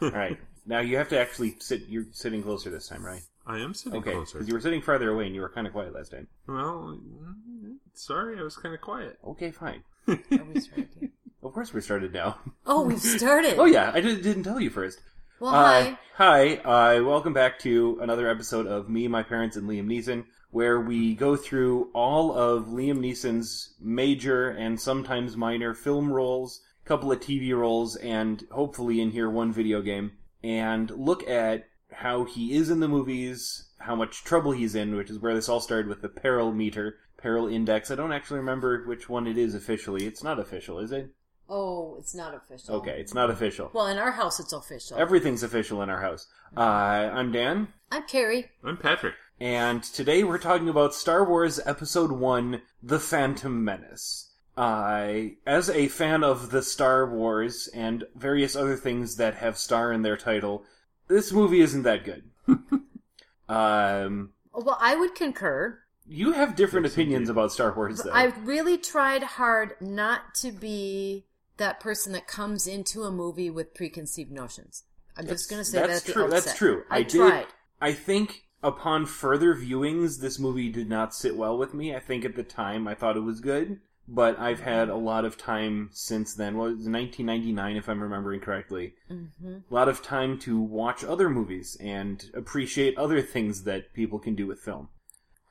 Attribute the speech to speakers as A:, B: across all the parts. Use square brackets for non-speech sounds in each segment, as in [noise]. A: All right. Now you have to actually sit. You're sitting closer this time, right?
B: I am sitting
A: Okay.
B: closer.
A: Because you were sitting farther away and you were kind of quiet last time.
B: Well, mm, sorry, I was kind of quiet.
A: Okay, fine.
C: Are we started yet?
A: Of course, we started now. [laughs]
C: Oh, we started.
A: Oh yeah, I did, didn't tell you first.
C: Well,
A: Uh,
C: hi.
A: hi. Uh, welcome back to another episode of Me, My Parents, and Liam Neeson, where we go through all of Liam Neeson's major and sometimes minor film roles, couple of TV roles, and hopefully in here one video game, and look at how he is in the movies, how much trouble he's in, which is where this all started with the peril meter, peril index. I don't actually remember which one it is officially. It's not official, is it?
C: Oh, it's not official.
A: Okay, it's not official.
C: Well, in our house, it's
B: Oh.
C: official.
A: Everything's official in our house. Uh, I'm Dan.
C: I'm Carrie.
B: I'm Patrick.
A: And today we're talking about Star Wars Episode 1 The Phantom Menace. I, as a fan of the Star Wars and various other things that have star in their title, this movie isn't that
B: [laughs]
A: good. um,
C: Oh, Well, I would concur.
A: you have different
B: Yes,
A: opinions
B: indeed.
A: about Star Wars, though.
C: I really tried hard not to be that person that comes into a movie with preconceived notions. I'm just going to say
A: that's
C: that at
A: true.
C: the outset.
A: That's true.
C: I,
A: I did-
C: tried.
A: I think upon further viewings, this movie did not sit well with me. I think at the time I thought it was good, but I've had a lot of time since then. Well, it was 1999, if I'm remembering correctly.
C: hmm
A: A lot of time to watch other movies and appreciate other things that people can do with film.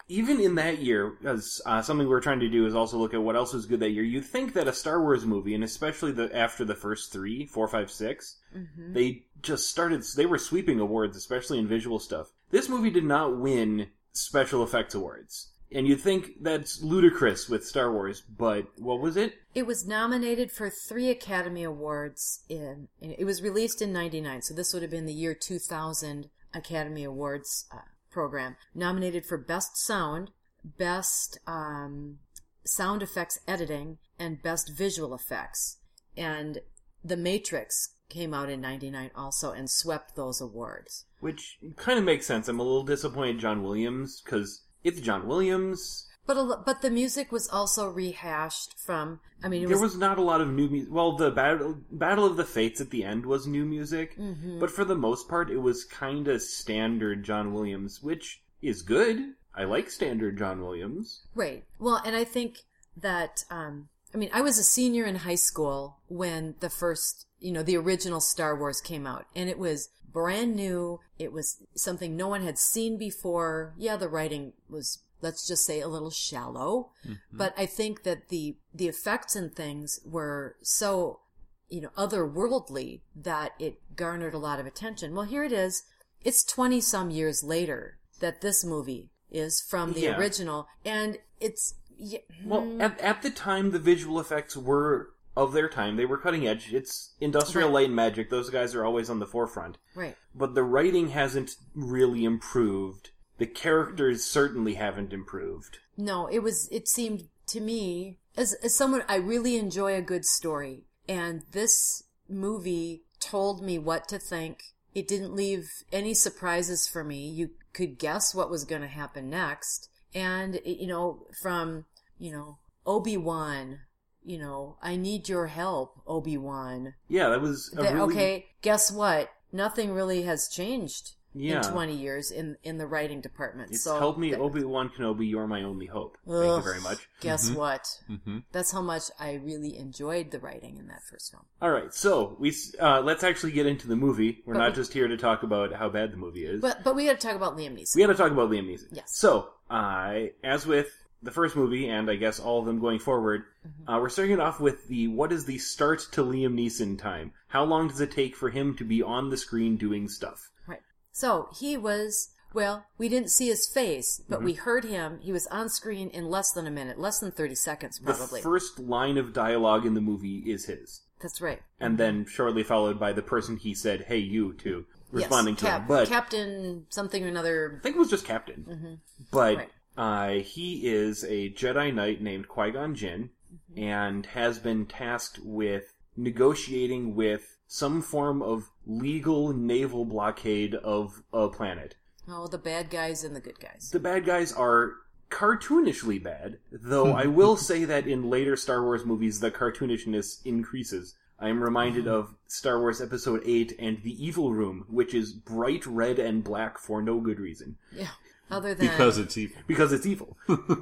A: Even in that year, because uh, something we're trying to do is also look at what else was good that year. You'd think that a Star Wars movie, and especially the after the first three, four, five, six,
C: hmm
A: they just started they were sweeping awards especially in visual stuff this movie did not win special effects awards and you'd think that's ludicrous with star wars but what was it
C: It was nominated for three Academy Awards in. in- It was released in '99, so this would have been the year 2000 Academy Awards uh, program. Nominated for Best Sound, Best um, Sound Effects Editing, and Best Visual Effects. And The Matrix came out in '99 also and swept those awards.
A: which kind of makes sense i'm a little disappointed john williams because it's john williams
C: But a, lo- but the music was also rehashed from. I mean, it
A: there
C: was,
A: was not a lot of new music well the battle battle of the fates at the end was new music
C: Mhm.
A: but for the most part it was kind of standard john williams which is good i like standard john williams
C: Right. Well, and I think that um, I mean I was a senior in high school when the first you know the original Star Wars came out, and it was brand new. It was something no one had seen before. Yeah, the writing was let's just say a little shallow, but I think that the the effects and things were so you know otherworldly that it garnered a lot of attention. Well, here it is. It's 20 some years later that this movie is from the
A: Yeah.
C: original and it's yeah, mm,
A: Well,
C: Mm-hmm.
A: at, at the time, the visual effects were of their time. They were cutting edge. It's Industrial
C: Right.
A: Light and Magic. Those guys are always on the forefront.
C: right.
A: But the writing hasn't really improved. The characters certainly haven't improved.
C: No, it was it seemed to me as as someone I really enjoy a good story and this movie told me what to think. It didn't leave any surprises for me. You could guess what was going to happen next and it- you know from, you know, Obi-Wan, you know, I need your help, Obi-Wan.
A: Yeah, that was a
C: that,
A: Oh, really
C: okay guess what nothing really has changed
A: Yeah.
C: in 20 years in in the writing department
A: It's
C: so
A: help me,
C: that-
A: Obi Wan Kenobi. You're my only hope. Thank
C: Ugh,
A: you very much.
C: guess
B: Mhm.
C: what
B: Mm-hmm.
C: that's how much i really enjoyed the writing in that first film
A: All right, so we s- uh, let's actually get into the movie. We're
C: But
A: not
C: we-
A: just here to talk about how bad the movie is.
C: but but we got to talk about liam neeson
A: We had to talk about Liam Neeson.
C: Yes.
A: So, uh, as with the first movie, and I guess all of them going forward,
C: Mm-hmm.
A: uh, we're starting it off with the what is the start to Liam Neeson time? How long does it take for him to be on the screen doing stuff?
C: right so he was well we didn't see his face
A: Mm-hmm.
C: but we heard him he was on screen in less than a minute less than 30 seconds probably
A: The first line of dialogue in the movie is his,
C: that's right
A: and then shortly followed by the person he said, "Hey, you," to responding
C: yes,
A: to
C: Cap-
A: him. But
C: captain something or another
A: I think it was just Captain. But
C: Right.
A: uh, he is a Jedi Knight named Qui Gon Jinn
C: Mm-hmm.
A: and has been tasked with negotiating with some form of legal naval blockade of a planet.
C: oh the bad guys and the good guys
A: The bad guys are cartoonishly bad, though I will say that in later Star Wars movies, the cartoonishness increases. I am reminded of Star Wars Episode 8 and The Evil Room, which is bright red and black for no good reason.
C: Yeah. Other than
B: because it's evil.
A: Because it's evil,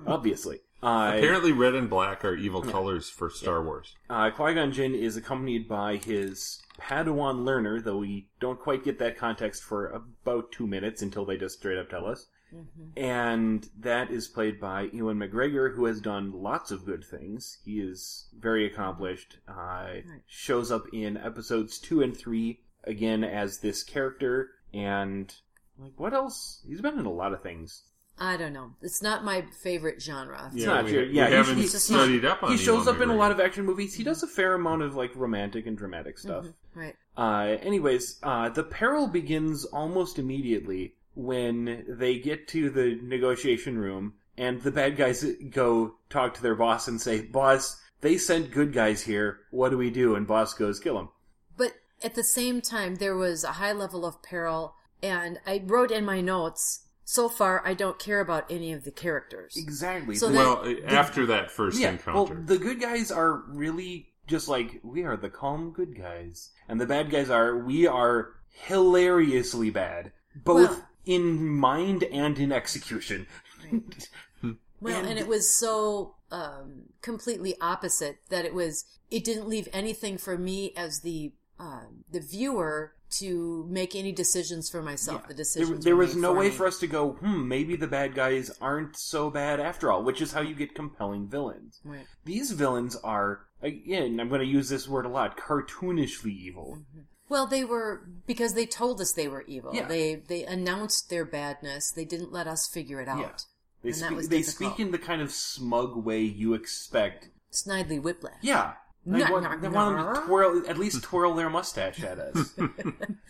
A: obviously. Uh,
B: Apparently, red and black are evil colors for Star Wars.
A: uh, Qui Gon Jinn is accompanied by his Padawan learner, though we don't quite get that context for about two minutes until they just straight up tell us.
C: Mhm.
A: and that is played by Ewan McGregor, who has done lots of good things. He is very accomplished. Uh, Shows up in episodes two and three again as this character, and like what else? He's been in a lot of things.
C: I don't know. It's not my favorite genre.
A: Yeah. not
B: we,
A: your-
B: we
A: yeah, you
B: haven't
A: should-
C: it's not-
B: studied up on.
A: he shows
B: Elon
A: up in a lot
B: McGregor.
A: of action movies. He does a fair amount of like romantic and dramatic stuff.
C: Mhm. Right.
A: Uh, anyways, uh, the peril begins almost immediately when they get to the negotiation room and the bad guys go talk to their boss and say, Boss, they sent good guys here. What do we do? And boss goes, Kill them.
C: But at the same time, there was a high level of peril, and I wrote in my notes. So far, I don't care about any of the characters.
A: Exactly.
C: So that-
B: Well, after that first
A: yeah, well,
B: encounter,
A: the good guys are really just like, we are the calm good guys. And the bad guys are, we are hilariously bad, both
C: Well-
A: in mind and in execution.
C: [laughs] Well, and it was so um, completely opposite that it was it didn't leave anything for me as the um, the viewer to make any decisions for myself. The
A: There,
C: decisions
A: there
C: were
A: was
C: made
A: no
C: for
A: way
C: me.
A: for us to go, hmm, maybe the bad guys aren't so bad after all, which is how you get compelling villains.
C: Right.
A: These villains are, again, I'm going to use this word a lot, cartoonishly evil.
C: Well, they were because they told us they were evil.
A: Yeah.
C: They they announced their badness. They didn't let us figure it out.
A: Yeah. They,
C: And that
A: speak,
C: was
A: they
C: difficult.
A: speak in the kind of smug way you expect.
C: Snidely Whiplash.
A: Yeah. They
C: Nah,
A: want,
C: nah,
A: they want them
C: nah.
A: to twirl, at least twirl their mustache at us.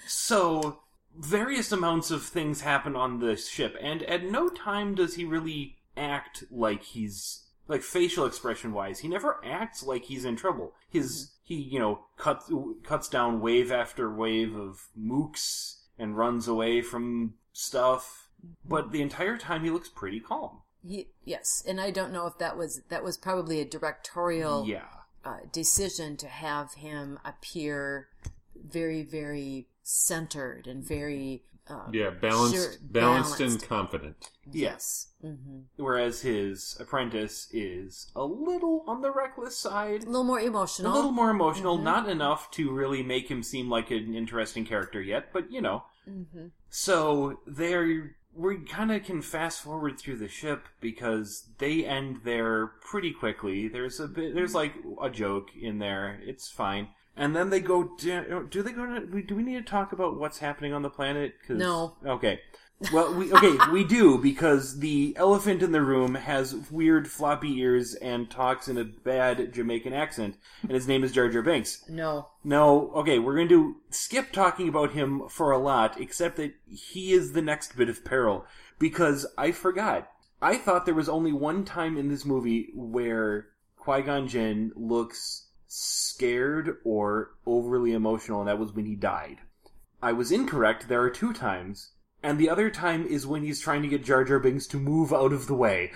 A: so, various amounts of things happen on the ship, and at no time does he really act like he's like facial expression wise. He never acts like he's in trouble. His he you know cuts cuts down wave after wave of mooks and runs away from stuff, but the entire time he looks pretty calm.
C: He, yes, and I don't know if that was that was probably a directorial
A: Yeah.
C: uh, decision to have him appear very, very centered and very um,
B: yeah, balanced,
C: sure,
B: balanced, and
C: balanced. [laughs]
B: confident.
C: yes, hmm
A: Whereas his apprentice is a little on the reckless side.
C: a little more
A: a
C: emotional.
A: little more emotional, not enough to really make him seem like an interesting character yet, but you know.
C: hmm
A: So they're we kind of can fast forward through the ship because they end there pretty quickly. There's a bit, there's like a joke in there. It's fine. And then they go. Do, do they go? To, we- do we need to talk about what's happening on the planet? 'Cause-
C: No.
A: Okay. Well, we okay. we do because the elephant in the room has weird floppy ears and talks in a bad Jamaican accent, and his name is Jar Jar Banks.
C: No,
A: No, okay, we're going to skip talking about him for a lot, except that he is the next bit of peril, because I forgot. I thought there was only one time in this movie where Qui Gon Jinn looks scared or overly emotional, and that was when he died. I was incorrect, there are two times, and the other time is when he's trying to get Jar Jar Binks to move out of the way.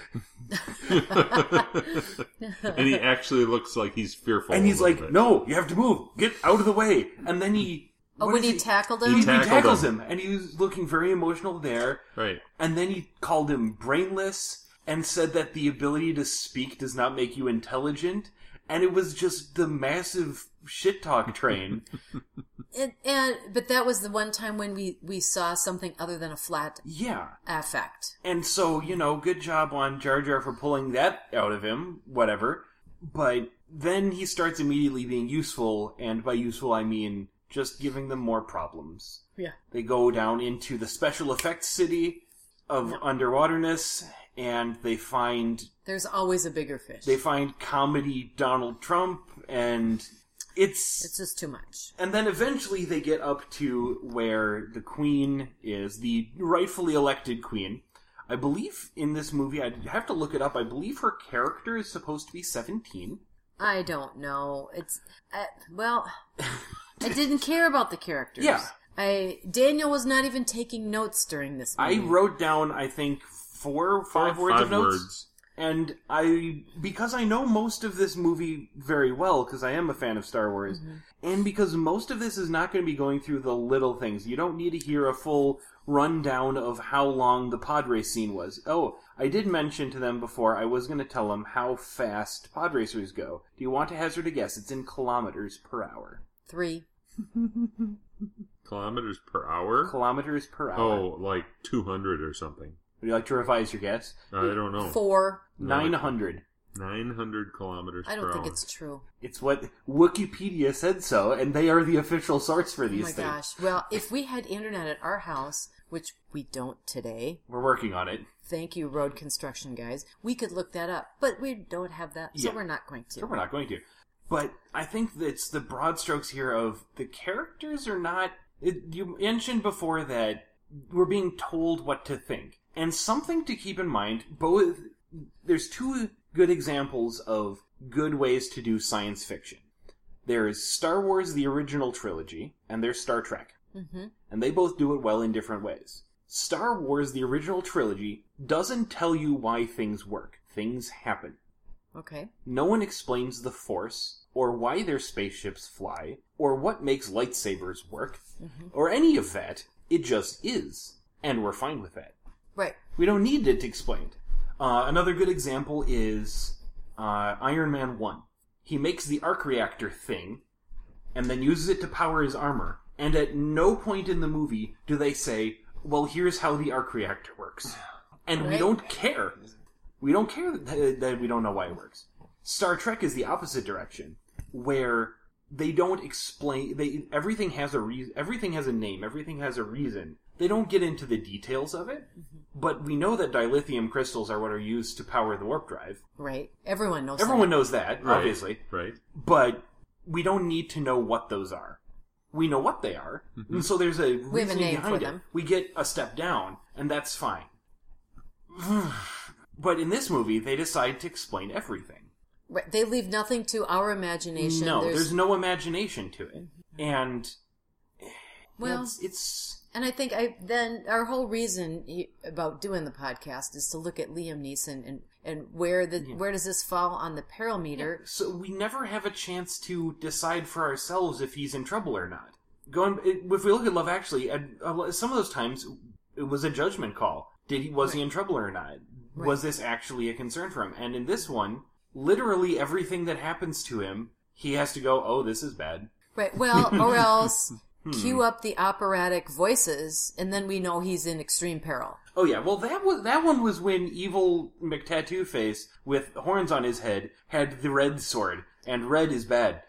B: and he actually looks like he's fearful.
A: And
B: a
A: he's
B: little
A: like,
B: bit.
A: no, you have to move, get out of the way! And then he.
C: oh,
A: what
C: when
A: is
C: he tackled
B: He
C: him,
A: he
B: tackled
A: tackles
B: him.
A: him, and he was looking very emotional there.
B: right?
A: And then he called him brainless and said that the ability to speak does not make you intelligent. And it was just the massive shit
B: [laughs]
A: talk train.
C: and, and but that was the one time when we we saw something other than a flat
A: yeah.
C: affect.
A: And so, you know, good job on Jar Jar for pulling that out of him, whatever. But then he starts immediately being useful, and by useful I mean just giving them more problems.
C: Yeah,
A: They go down into the special effects city of underwaterness, and they find
C: there's always a bigger fish.
A: they find comedy Donald Trump, and it's,
C: it's just too much.
A: and then eventually they get up to where the queen is the rightfully elected queen. I believe in this movie, I would have to look it up. I believe her character is supposed to be seventeen.
C: I don't know. It's uh, well, I didn't care about the characters.
A: Yeah.
C: I Daniel was not even taking notes during this.
A: I
C: movie.
A: wrote down, I think, Mm. four or five words of notes. and
C: Mm-hmm.
A: I because I know most of this movie very well because I am a fan of Star Wars, and because most of this is not going to be going through the little things. You don't need to hear a full rundown of how long the Padres scene was. Oh, I did mention to them before I was going to tell them how fast pod racers go. Do you want to hazard a guess? It's in kilometers per hour.
C: Three.
B: Kilometers per hour?
A: Kilometers per hour.
B: Oh, like 200 or something.
A: Would you like to revise your guess?
B: I don't know.
C: Four.
B: No, like-
A: 900.
B: 900 kilometers
C: I
B: per
C: don't think
B: hour.
C: it's true.
A: It's what Wikipedia said so, and they are the official source for
C: Oh
A: these
C: my
A: things.
C: gosh. Well, if we had internet at our house, which we don't today,
A: We're working on it.
C: thank you, road construction guys, we could look that up. But we don't have that, so
A: Yeah.
C: we're not going to.
A: Sure, we're not going to. But I think that it's the broad strokes here of the characters are not. It, you mentioned before that we're being told what to think, and something to keep in mind. Both there's two good examples of good ways to do science fiction. There is Star Wars: The Original Trilogy, and there's Star Trek,
C: Mhm.
A: and they both do it well in different ways. Star Wars: The Original Trilogy doesn't tell you why things work; things happen.
C: Okay.
A: No one explains the Force, or why their spaceships fly, or what makes lightsabers work, or any of that. It just is, and we're fine with that.
C: Right.
A: We don't need it explained. Uh, another good example is uh, Iron Man 1. He makes the arc reactor thing, and then uses it to power his armor. And at no point in the movie do they say, well, here's how the arc reactor works. And we
C: Right.
A: don't care. We don't care that, that we don't know why it works. Star Trek is the opposite direction, where they don't explain. They everything has a reason. Everything has a name. Everything has a reason. They don't get into the details of it, but we know that dilithium crystals are what are used to power the warp drive.
C: Right. Everyone knows.
A: Everyone knows that,
B: Right,
A: obviously
B: Right.
A: but we don't need to know what those are. We know what they are, and so there's a
C: We have a
A: reasoning
C: name
A: behind
C: for
A: it.
C: them.
A: We get a step down, and that's fine. [sighs] but in this movie, they decide to explain everything.
C: That. Right. They leave nothing to our imagination. Mm-hmm.
A: No, there's, no imagination to it, and
C: well,
A: it's, it's
C: And I think I then our whole reason y- about doing the podcast is to look at Liam Neeson and and where the where does this fall on the peril meter?
A: so we never have a chance to decide for ourselves if he's in trouble or not. Going if we look at Love Actually, at a lo- some of those times it was a judgment call. Did he was he in trouble or not? Was this actually a concern for him? And in this one, literally everything that happens to him, he has to go, "Oh, this is bad."
C: Right. Well,
A: [laughs]
C: or else
A: Hmm.
C: cue up the operatic voices, and then we know he's in extreme peril.
A: Oh yeah, well that was that one was when evil McTattoo face with horns on his head had the red sword, and red is bad.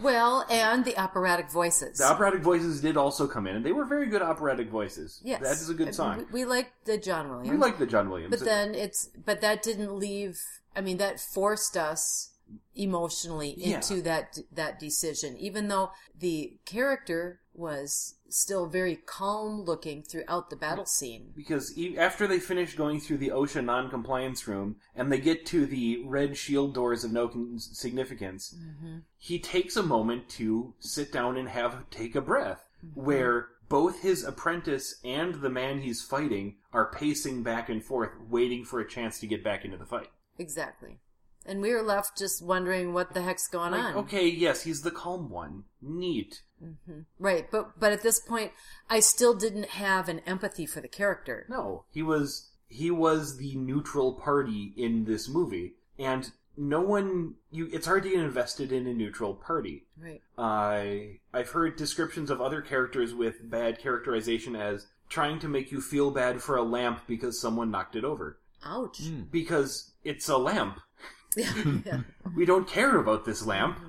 C: Well, and the operatic voices.
A: The operatic voices did also come in, and they were very good operatic voices.
C: yes,
A: that is a
C: I-
A: good song.
C: We, we like the John
A: We
C: Williams,
A: like the John Williams.
C: but then it's but that didn't leave. I mean, that forced us emotionally
A: Yeah.
C: into that that decision even though the character was still very calm looking throughout the battle scene
A: because e- after they finish going through the OSHA non-compliance room and they get to the red shield doors of no con- significance,
C: Mm-hmm.
A: he takes a moment to sit down and have take a breath,
C: Mm-hmm.
A: where both his apprentice and the man he's fighting are pacing back and forth, waiting for a chance to get back into the fight.
C: exactly and we were left just wondering what the heck's going
A: Like,
C: on
A: okay, yes, he's the calm one. Neat.
C: Mm-hmm. right but but at this point i still didn't have an empathy for the character
A: No, he was he was the neutral party in this movie, and no one you. It's hard to get invested in a neutral party.
C: right
A: I I've heard descriptions of other characters with bad characterization as trying to make you feel bad for a lamp because someone knocked it over
C: ouch
A: because it's a lamp. Hmm.
C: [laughs] yeah.
A: We don't care about this lamp.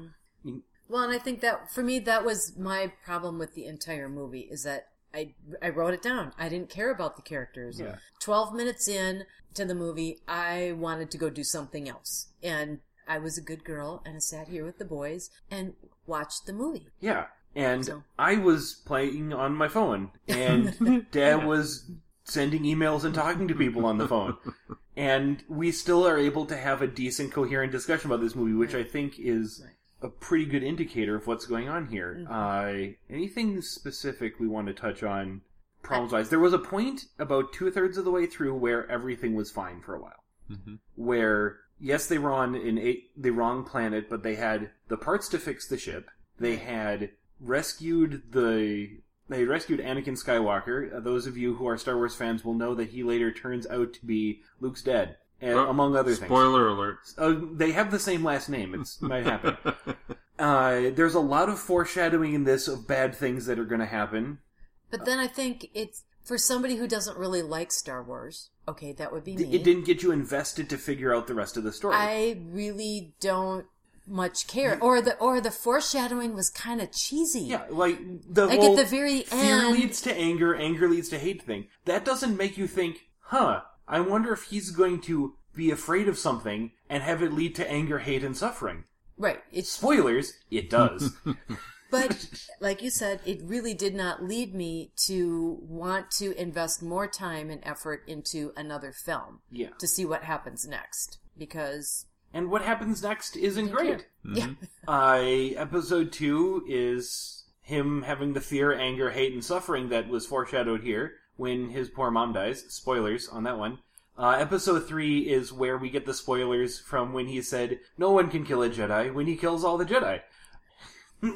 C: Well, and I think that for me, that was my problem with the entire movie is that I I wrote it down. I didn't care about the characters.
A: Yeah.
C: Twelve minutes in to the movie, I wanted to go do something else, and I was a good girl and I sat here with the boys and watched the movie.
A: Yeah. And
C: So-
A: I was playing on my phone, and Dad was sending emails and talking to people on the phone. And we still are able to have a decent, coherent discussion about this movie, which I think is a pretty good indicator of what's going on here. Uh, anything specific we want to touch on problems wise? There was a point about two thirds of the way through where everything was fine for a while Mm-hmm. where yes, they were on an eight, the wrong planet, but they had the parts to fix the ship. They had rescued the they rescued Anakin Skywalker. Uh, Those of you who are Star Wars fans will know that he later turns out to be Luke's dad, and,
B: Oh,
A: among other things.
B: Spoiler alert.
A: Uh, they have the same last name. It might happen. Uh, there's a lot of foreshadowing in this of bad things that are going to happen.
C: But then I think it's for somebody who doesn't really like Star Wars. Okay, that would be me.
A: It didn't get you invested to figure out the rest of the story.
C: I really don't much care. Or the or the foreshadowing was kind of cheesy.
A: Yeah, like the
C: Like, at
A: whole
C: the very
A: fear
C: end-
A: leads to anger, anger leads to hate thing. That doesn't make you think, huh? I wonder if he's going to be afraid of something and have it lead to anger, hate, and suffering.
C: Right. It's
A: Spoilers, it
C: [laughs]
A: does.
C: but
A: [laughs]
C: like you said, it really did not lead me to want to invest more time and effort into another film
A: yeah,
C: to see what happens next because
A: and what happens next isn't great.
C: yeah,
A: I episode two is him having the fear, anger, hate, and suffering that was foreshadowed here when his poor mom dies. Spoilers on that one. Uh, episode three is where we get the spoilers from when he said, "No one can kill a Jedi." When he kills all the Jedi,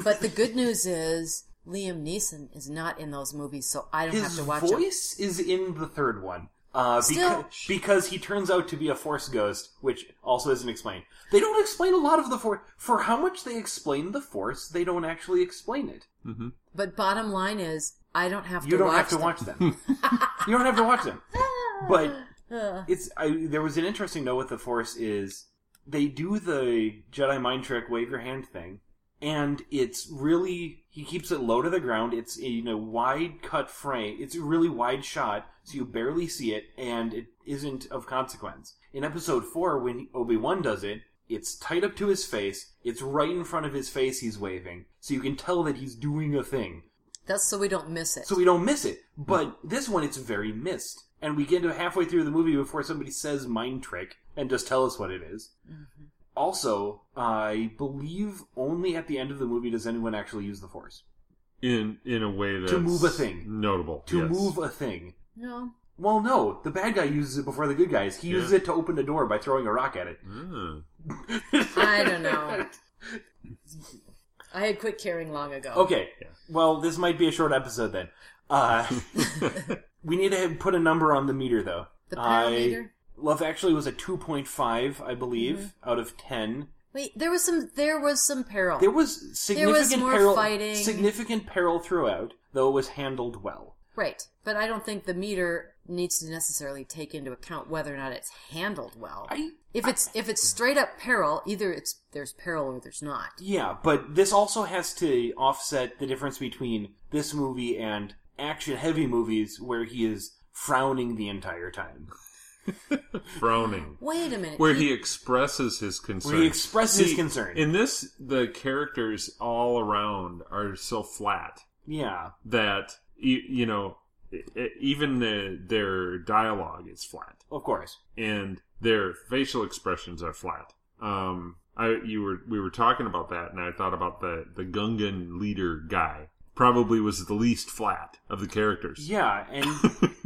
C: but the good news is Liam Neeson is not in those movies, so I don't have
A: his
C: to watch them.
A: voice is in the third one. Uh,
C: Still-
A: because, because he turns out to be a Force ghost, which also isn't explained. They don't explain a lot of the Force. For how much they explain the Force, they don't actually explain it.
C: But bottom line is, I don't have
A: You
C: to
A: don't
C: watch
A: have to
C: them.
A: watch them. you don't have to watch them. But it's I, there was an interesting note with the Force is they do the Jedi mind trick, wave your hand thing, and it's really he keeps it low to the ground. It's in a wide cut frame. It's a really wide shot, so you barely see it, and it isn't of consequence. In Episode Four, when Obi Wan does it. It's tight up to his face. It's right in front of his face. He's waving, so you can tell that he's doing a thing
C: That's so we don't miss it.
A: so we don't miss it. But this one, it's very missed, and we get to halfway through the movie before somebody says "mind trick" and just tell us what it is. Also, I believe only at the end of the movie does anyone actually use the Force
B: In in a way that's
A: move a thing.
B: notable
A: to
B: yes.
A: move a thing.
C: no.
A: Well, no, the bad guy uses it before the good guys. He uses
B: Yeah.
A: it to open a door by throwing a rock at it.
B: Ah.
C: I don't know. I had quit caring long ago.
A: Okay, well, this might be a short episode then.
B: [laughs]
A: Uh, we need to put a number on the meter, though.
C: The
A: I-
C: parameter?
A: Love Actually was a 2.5, I believe, out of 10.
C: Wait, there was some there was some peril.
A: There was significant
C: more
A: peril,
C: fighting.
A: significant peril throughout, though it was handled well.
C: right. But I don't think the meter needs to necessarily take into account whether or not it's handled well.
A: I
C: if it's if it's straight up peril, either it's there's peril or there's not.
A: yeah, but this also has to offset the difference between this movie and action-heavy movies where he is frowning the entire time,
B: frowning.
C: Wait a minute.
B: Where he expresses his concern.
A: where he expresses his
B: See,
A: concern.
B: In this, the characters all around are so flat
A: yeah,
B: that e- you know e- e- even the, their dialogue is flat
A: of course.
B: and their facial expressions are flat. Um, I you were we were talking about that, and I thought about the the Gungan leader guy. Probably was the least flat of the characters.
A: Yeah,
B: [laughs]
A: and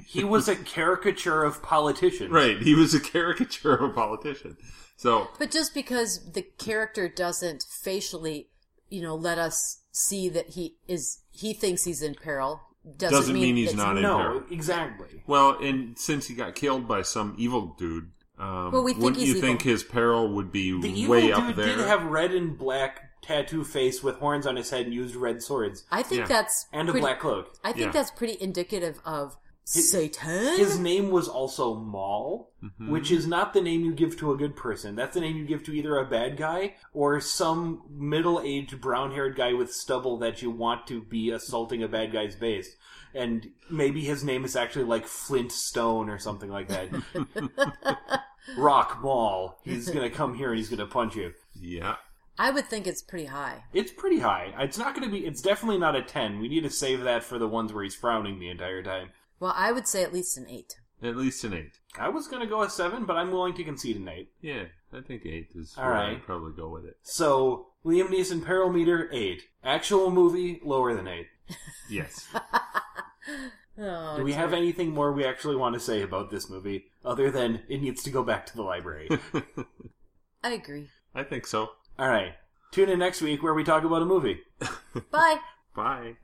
A: he was a caricature of politicians.
B: Right, he was a [laughs] caricature of a politician. So
C: But just because the character doesn't facially, you know, let us see that he is he thinks he's in peril doesn't,
B: Doesn't mean he's
C: it's-
B: not in-
A: No,
B: Inherent.
A: exactly.
B: Well, and since he got killed by some evil dude, um,
C: Well, we think
B: wouldn't
C: he's
B: you
C: evil.
B: think his peril would be
A: The evil
B: way
A: dude
B: up there?
A: did have red and black tattoo face with horns on his head and used red swords
C: I think
B: Yeah.
C: that's
A: and a
C: pretty,
A: black cloak.
C: I think
B: Yeah.
C: that's pretty indicative of Satan.
A: His name was also Maul, which is not the name you give to a good person. That's the name you give to either a bad guy or some middle-aged brown-haired guy with stubble that you want to be assaulting a bad guy's base. And maybe his name is actually like Flint Stone or something like that. Rock Maul. He's gonna come here and he's gonna punch you.
B: yeah.
C: I would think it's pretty high.
A: It's pretty high. It's not gonna be. It's definitely not a ten. We need to save that for the ones where he's frowning the entire time.
C: Well, I would say at least an eight.
B: At least an eight.
A: I was gonna go a seven, but I'm willing to concede an eight.
B: Yeah, I think eight is
A: All
B: where
A: right.
B: I'd probably go with it.
A: So Liam Neeson peril meter eight. Actual movie lower than eight.
B: Yes. [laughs]
C: Oh,
A: Do we have anything more we actually want to say about this movie other than it needs to go back to the library?
C: I agree.
B: I think so.
A: All right. Tune in next week where we talk about a movie.
C: Bye.
B: Bye.